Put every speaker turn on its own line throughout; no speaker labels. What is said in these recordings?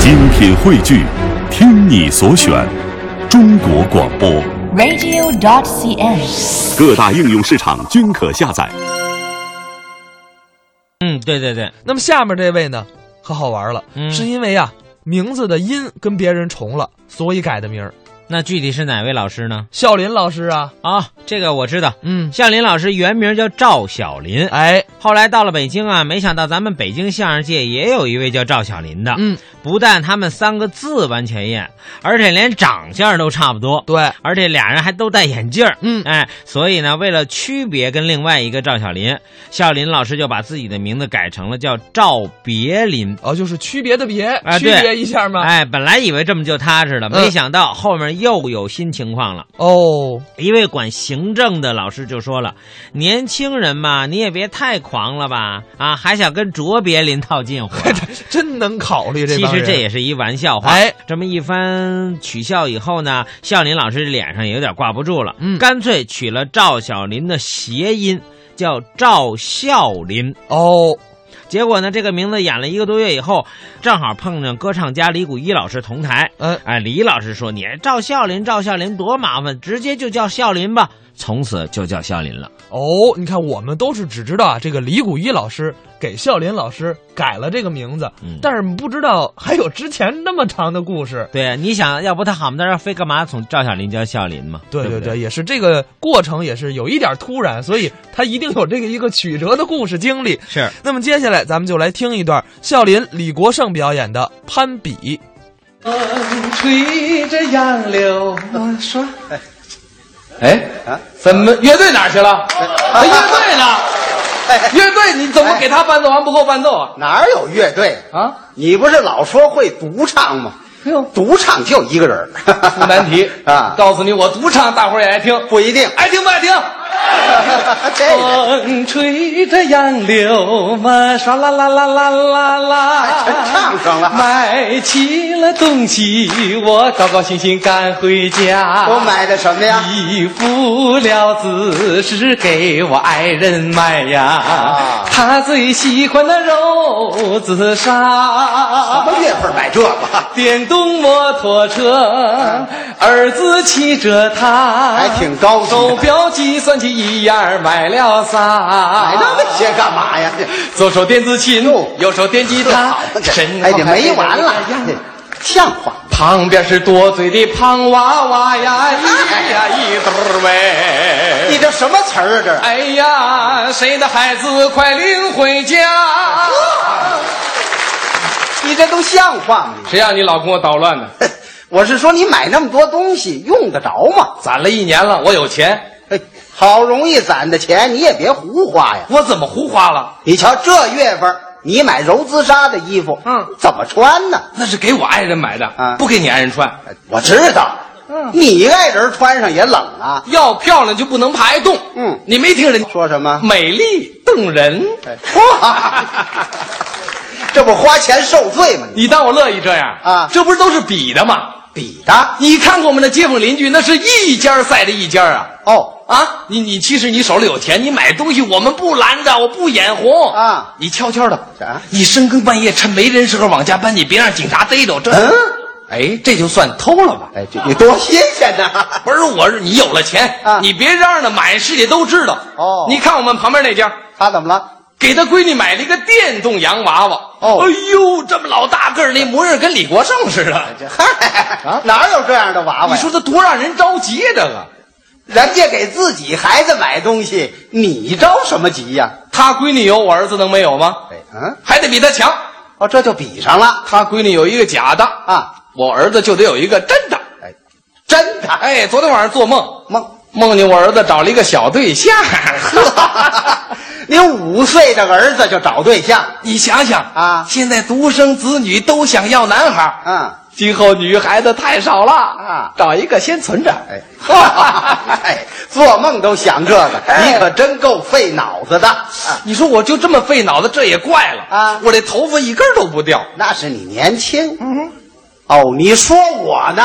精品汇聚，听你所选，中国广播。
radio.cn。
各大应用市场均可下载。
嗯，对对对，
那么下面这位呢，可好玩了，
嗯
是因为啊名字的音跟别人重了，所以改的名儿。
那具体是哪位老师呢？
笑林老师啊，
啊，这个我知道，
嗯，
向林老师原名叫赵小林，
哎，
后来到了北京啊，没想到咱们北京相声界也有一位叫赵小林的，
嗯，
不但他们三个字完全一样，而且连长相都差不多，
对，
而且俩人还都戴眼镜儿
嗯
哎，所以呢，为了区别跟另外一个赵小林，笑林老师就把自己的名字改成了叫赵别林。
哦，就是区别的别，
啊
区
对
别一下嘛。
哎，本来以为这么就踏实了，
嗯
没想到后面又有新情况了。
哦，
一位管行政的老师就说了：“年轻人嘛，你也别太狂了吧，啊，还想跟卓别林套近乎啊。
真能考虑这
其
帮
实
人。
这也是一玩笑话。
哎，
这么一番取笑以后呢，笑林老师脸上也有点挂不住了，
嗯
干脆取了赵小林的谐音，叫赵笑林。
哦，
结果呢，这个名字演了一个多月以后，正好碰上歌唱家李谷一老师同台。
嗯，
哎，李老师说：“你赵孝林，赵孝林多麻烦，直接就叫孝林吧。”从此就叫孝林了。
哦，你看我们都是只知道啊，这个李谷一老师给笑林老师改了这个名字，
嗯
但是不知道还有之前那么长的故事。
对，你想要不他喊不他非干嘛从赵小林叫孝林嘛？
对
对
对
不对，
也是这个过程也是有一点突然，所以他一定有这个一个曲折的故事经历。
是
那么接下来咱们就来听一段笑林李国盛表演的《攀比》。
垂着杨柳，我说，
哎，怎么乐队哪儿去了？哎乐队
哎
呢？乐队你怎么给他伴奏完不够伴奏啊？
哪儿有乐队？
啊，
你不是老说会独唱吗？
哎呦
独唱就一个人儿，
出难题 哎
啊！
告诉你，我独唱，大伙儿也爱听，
不一定，
爱听不爱听？
这 个
风嗯吹着杨柳嘛，唰啦啦啦啦啦啦
还真啊唱上了
买齐了东西，我高高兴兴赶回家。
我买的什么呀？
衣服料子是给我爱人买呀，
啊
他最喜欢那肉子
什
沙。
么月份买这个？
电动摩托车，儿子骑着它，
啊还挺高级的
手表、计算器一样儿买了仨，
买那些干嘛呀？
左手电子琴
哟，
右手电吉
这
他啊
好，
身
哎，
后
你
还
没
有
完了
一样，
像话！
旁边是多嘴的胖娃娃呀，咿呀一嘟儿喂。
你这什么词儿啊？这
哎呀，谁的孩子快领回家！
你这都像话吗？
谁让你老跟我捣乱呢？
你我是说，你买那么多东西用得着吗？
攒了一年了，我有钱，
哎，好容易攒的钱，你也别胡花呀！
我怎么胡花了？
你瞧这月份儿，你买柔姿纱的衣服，
嗯，
怎么穿呢？
那是给我爱人买的，
啊
不给你爱人穿。
我知道，
嗯
你爱人穿上也冷啊。
要漂亮就不能爬一洞。
嗯哎
你没听人家
说什么？
美丽动人？
哇，这不花钱受罪吗？你
你当我乐意这样
啊
这不是都是比的吗？
比的
你看看我们的街坊邻居，那是一家赛着一家啊。
哦，
啊，你你其实你手里有钱，你买东西我们不拦着，我不眼红
啊
你悄悄的
啥
你深更半夜趁没人时候往家搬，你别让警察逮着。这，
嗯，
哎，这就算偷了吧？
哎，这你多新鲜呐！
不是，我是你有了钱，
啊
你别嚷嚷的，满世界都知道。
哦
你看我们旁边那家，
他怎么了？
给他闺女买了一个电动洋娃娃。
哦
哎呦，这么老大个儿，那模样跟李国盛似的。
哎这嗨，哪有这样的娃娃
啊你
呀？
说这多让人着急呀、这个
人家给自己孩子买东西，你着什么急呀？
他闺女有，我儿子能没有吗？
哎，嗯，
还得比他强。
哦，这就比上了
他闺女有一个假的啊
啊！
我儿子就得有一个真的。
哎，真的
哎，昨天晚上做梦，
梦，
梦见我儿子找了一个小对象。
呵，你五岁的儿子就找对象，
你想想
啊
现在独生子女都想要男孩，
嗯，
今后女孩子太少了
啊
找一个先存着。
哎，哎，做梦都想这个，
哎
你可真够费脑子的。啊
你说我就这么费脑子，这也怪了
啊
我这头发一根都不掉，
那是你年轻。嗯，哦，你说我呢？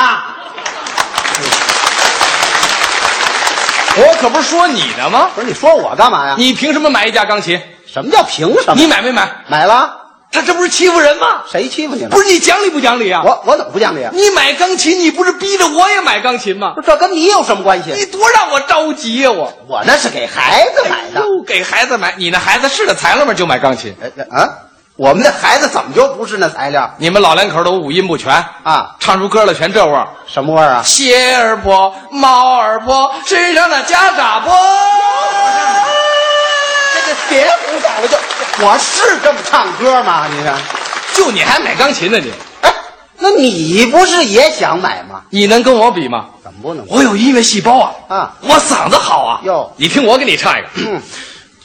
我可不是说你呢吗？
不是你说我干嘛呀？
你凭什么买一架钢琴？
什么叫凭什么？
你买没买？
买了？
他这不是欺负人吗？
谁欺负你了？
不是你讲理不讲理啊？
我我怎么不讲理啊？
你买钢琴，你不是逼着我也买钢琴吗
不？是这跟你有什么关系？
你多让我着急呀、我
我那是给孩子买的。
又给孩子买，你那孩子是个材料吗？就买钢琴，
哎哎啊，我们的孩子怎么就不是那材料
你们老两口都五音不全
啊？
唱出歌来全这味儿。
什么味儿啊？
鞋儿破，猫儿破，身上的夹 嘎破。
这个别胡搞了，就我是这么唱歌吗？你看，
就你还买钢琴呢你？
哎，那你不是也想买吗？
你能跟我比吗？
怎么不能？
我有音乐细胞啊！
啊
我嗓子好啊！
哟
你听我给你唱一个。
嗯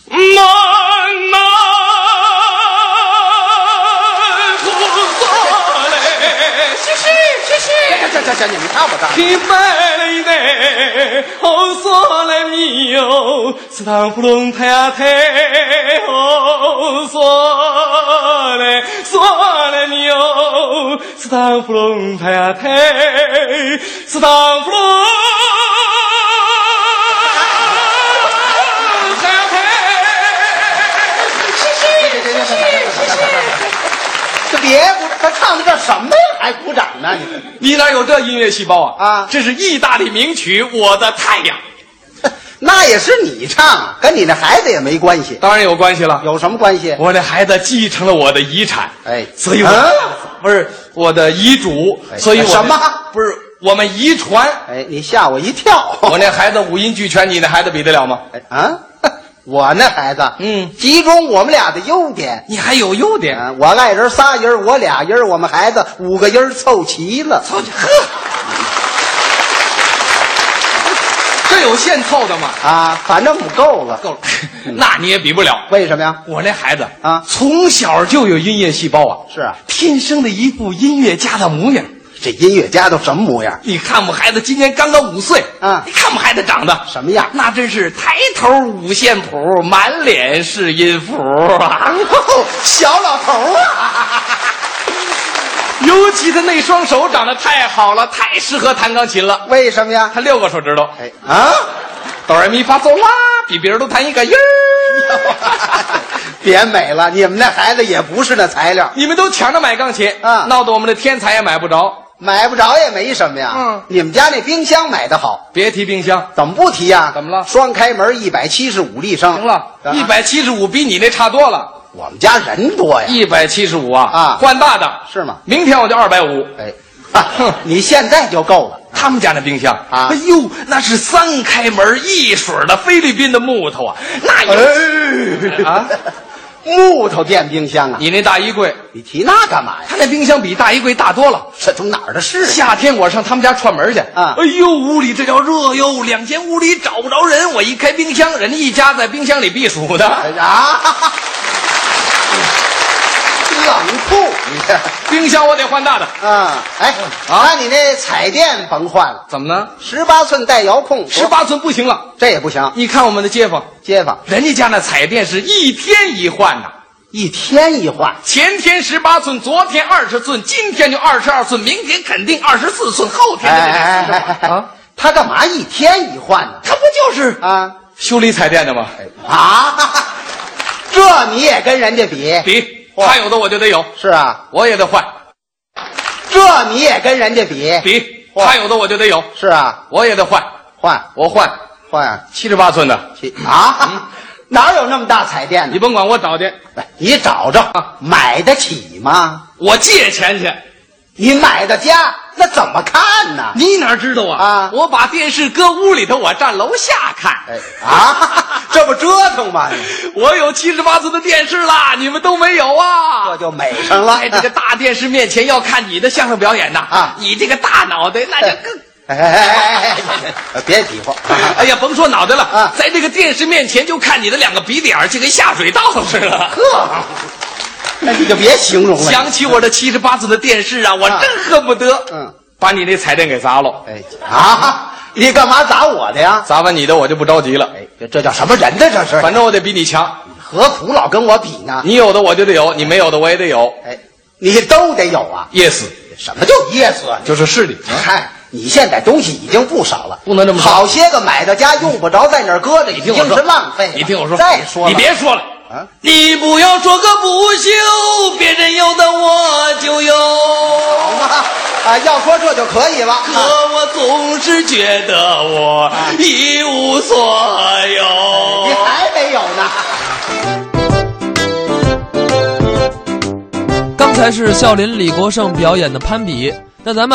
慢慢胡作嘞，嘻嘻嘻嘻，
行行行行，你们看我唱，
听白了一代，胡作嘞咪哟，是当不隆太啊太，胡作嘞作嘞咪哟，是当不隆太啊太，是当不隆。
这别鼓，他唱的这什么呀？还鼓掌呢？你 们
你哪有这音乐细胞啊？
啊
这是意大利名曲《我的太阳》，
那也是你唱啊，跟你那孩子也没关系，
当然有关系了。
有什么关系？
我这孩子继承了我的遗产，
哎
所以我、
啊
不是我的遗嘱，
哎
所以我
什么
不是我们遗传？
哎，你吓我一跳！
我那孩子五音俱全，你那孩子比得了吗？
哎啊， 我那孩子，
嗯
集中我们俩的优点。
你还有优点，
嗯，我爱人仨人，我俩人，我们孩子五个人凑齐了。
操你呵，这有现凑的吗？
啊，反正不够了。
够了，那你也比不了。
为什么呀？
我那孩子
嗯啊
从小就有音乐细胞啊，
是啊
天生的一副音乐家的模样。
这音乐家都什么模样？
你看我孩子今年刚刚五岁，
啊
你看我孩子长得
什么样
那真是抬头五线谱，满脸是音符啊！
小老头儿啊！
尤其他那双手长得太好了，太适合弹钢琴了。
为什么呀
他？六个手指头，
哎啊！
哆来咪发嗦啦，比别人都弹一个 音儿。
别美了，你们那孩子也不是那材料，
你们都抢着买钢琴
啊
闹得我们的天才也买不着。
买不着也没什么呀。
嗯
你们家那冰箱买的好，
别提冰箱，
怎么不提呀、
怎么了
双开门一百七十五立升，
行了，
啊
一。百七十五比你那差多了。
我们家人多呀，
一百七十五啊
啊
换大的
是吗
明天我就二百五。
哎，啊你现在就够了。
他们家那冰箱
啊
哎呦，那是三开门一水儿的菲律宾的木头啊，那有、 啊，
木头电冰箱啊，
你那大衣柜，
你提那干嘛呀？
他那冰箱比大衣柜大多了。
这都哪儿的事啊？
夏天我上他们家串门去
啊
哎呦，屋里这叫热哟，两间屋里找不着人。我一开冰箱，人家一家在冰箱里避暑
哎
呢。
啊，冷酷，你这
冰箱我得换大的，
啊，哎，啊，你那彩电甭换了，
怎么呢？
十八寸带遥控，
十八寸不行了，
这也不行。
你看我们的街坊，
街坊
人家家那彩电是一天一换呐。
一天一换，
前天十八寸，昨天二十寸，今天就二十二寸，明天肯定二十四寸，后
哎
天就得
哎哎哎哎
啊！
他干嘛一天一换呢？
他不就是哎
啊
修理彩电的吗？
啊，这你也跟人家比？
比
哇
他有的我就得有，
是啊，
我也得换；
这你也跟人家比？
比
哇
他有的我就得有，
是啊，
我也得换。
换
我换
换啊
七十八寸的，
去啊，哪有那么大彩电
你
呢？
甭管我找去，
你找着买得起吗？
我借钱去。
你买的家那怎么看呢？
你哪知道啊？
啊
我把电视搁屋里头，我站楼下看。
哎啊，这不折腾吗？
我有七十八寸的电视啦，你们都没有啊？
这就美上了
在这个大电视面前要看你的相声表演呐，
啊
你这个大脑袋那就 更。
哎哎哎哎哎，别比划。
哎呀，甭说脑袋了，
啊
在这个电视面前就看你的两个鼻点儿，就跟下水道似的。
呵，那你就别形容了。
想起我这七十八寸的电视啊，我
啊
真恨不得，
嗯，
把你那彩电给砸了。
哎啊，你干嘛砸我的呀？
砸完你的，我就不着急了。
哎，啊这这叫什么人呢？这是，
反正我得比你强，
何苦老跟我比呢？
你有的我就得有，你没有的我也得有。
哎，你都得有啊。
yes，
什么叫噎死啊？
就是势力。
嗨，你现在东西已经不少了，
不能这么说
好些个买到家用不着在那儿搁着，已
你听我
经
说
是浪费了。
你听我说，
再说了，
你别说了，
啊，
你不要说个不休，别人有的我就有。
好嘛，啊，要说这就可以了。
可我总是觉得我一无所
你
有。
还没有呢，
刚才是笑林李国盛表演的攀比，那咱们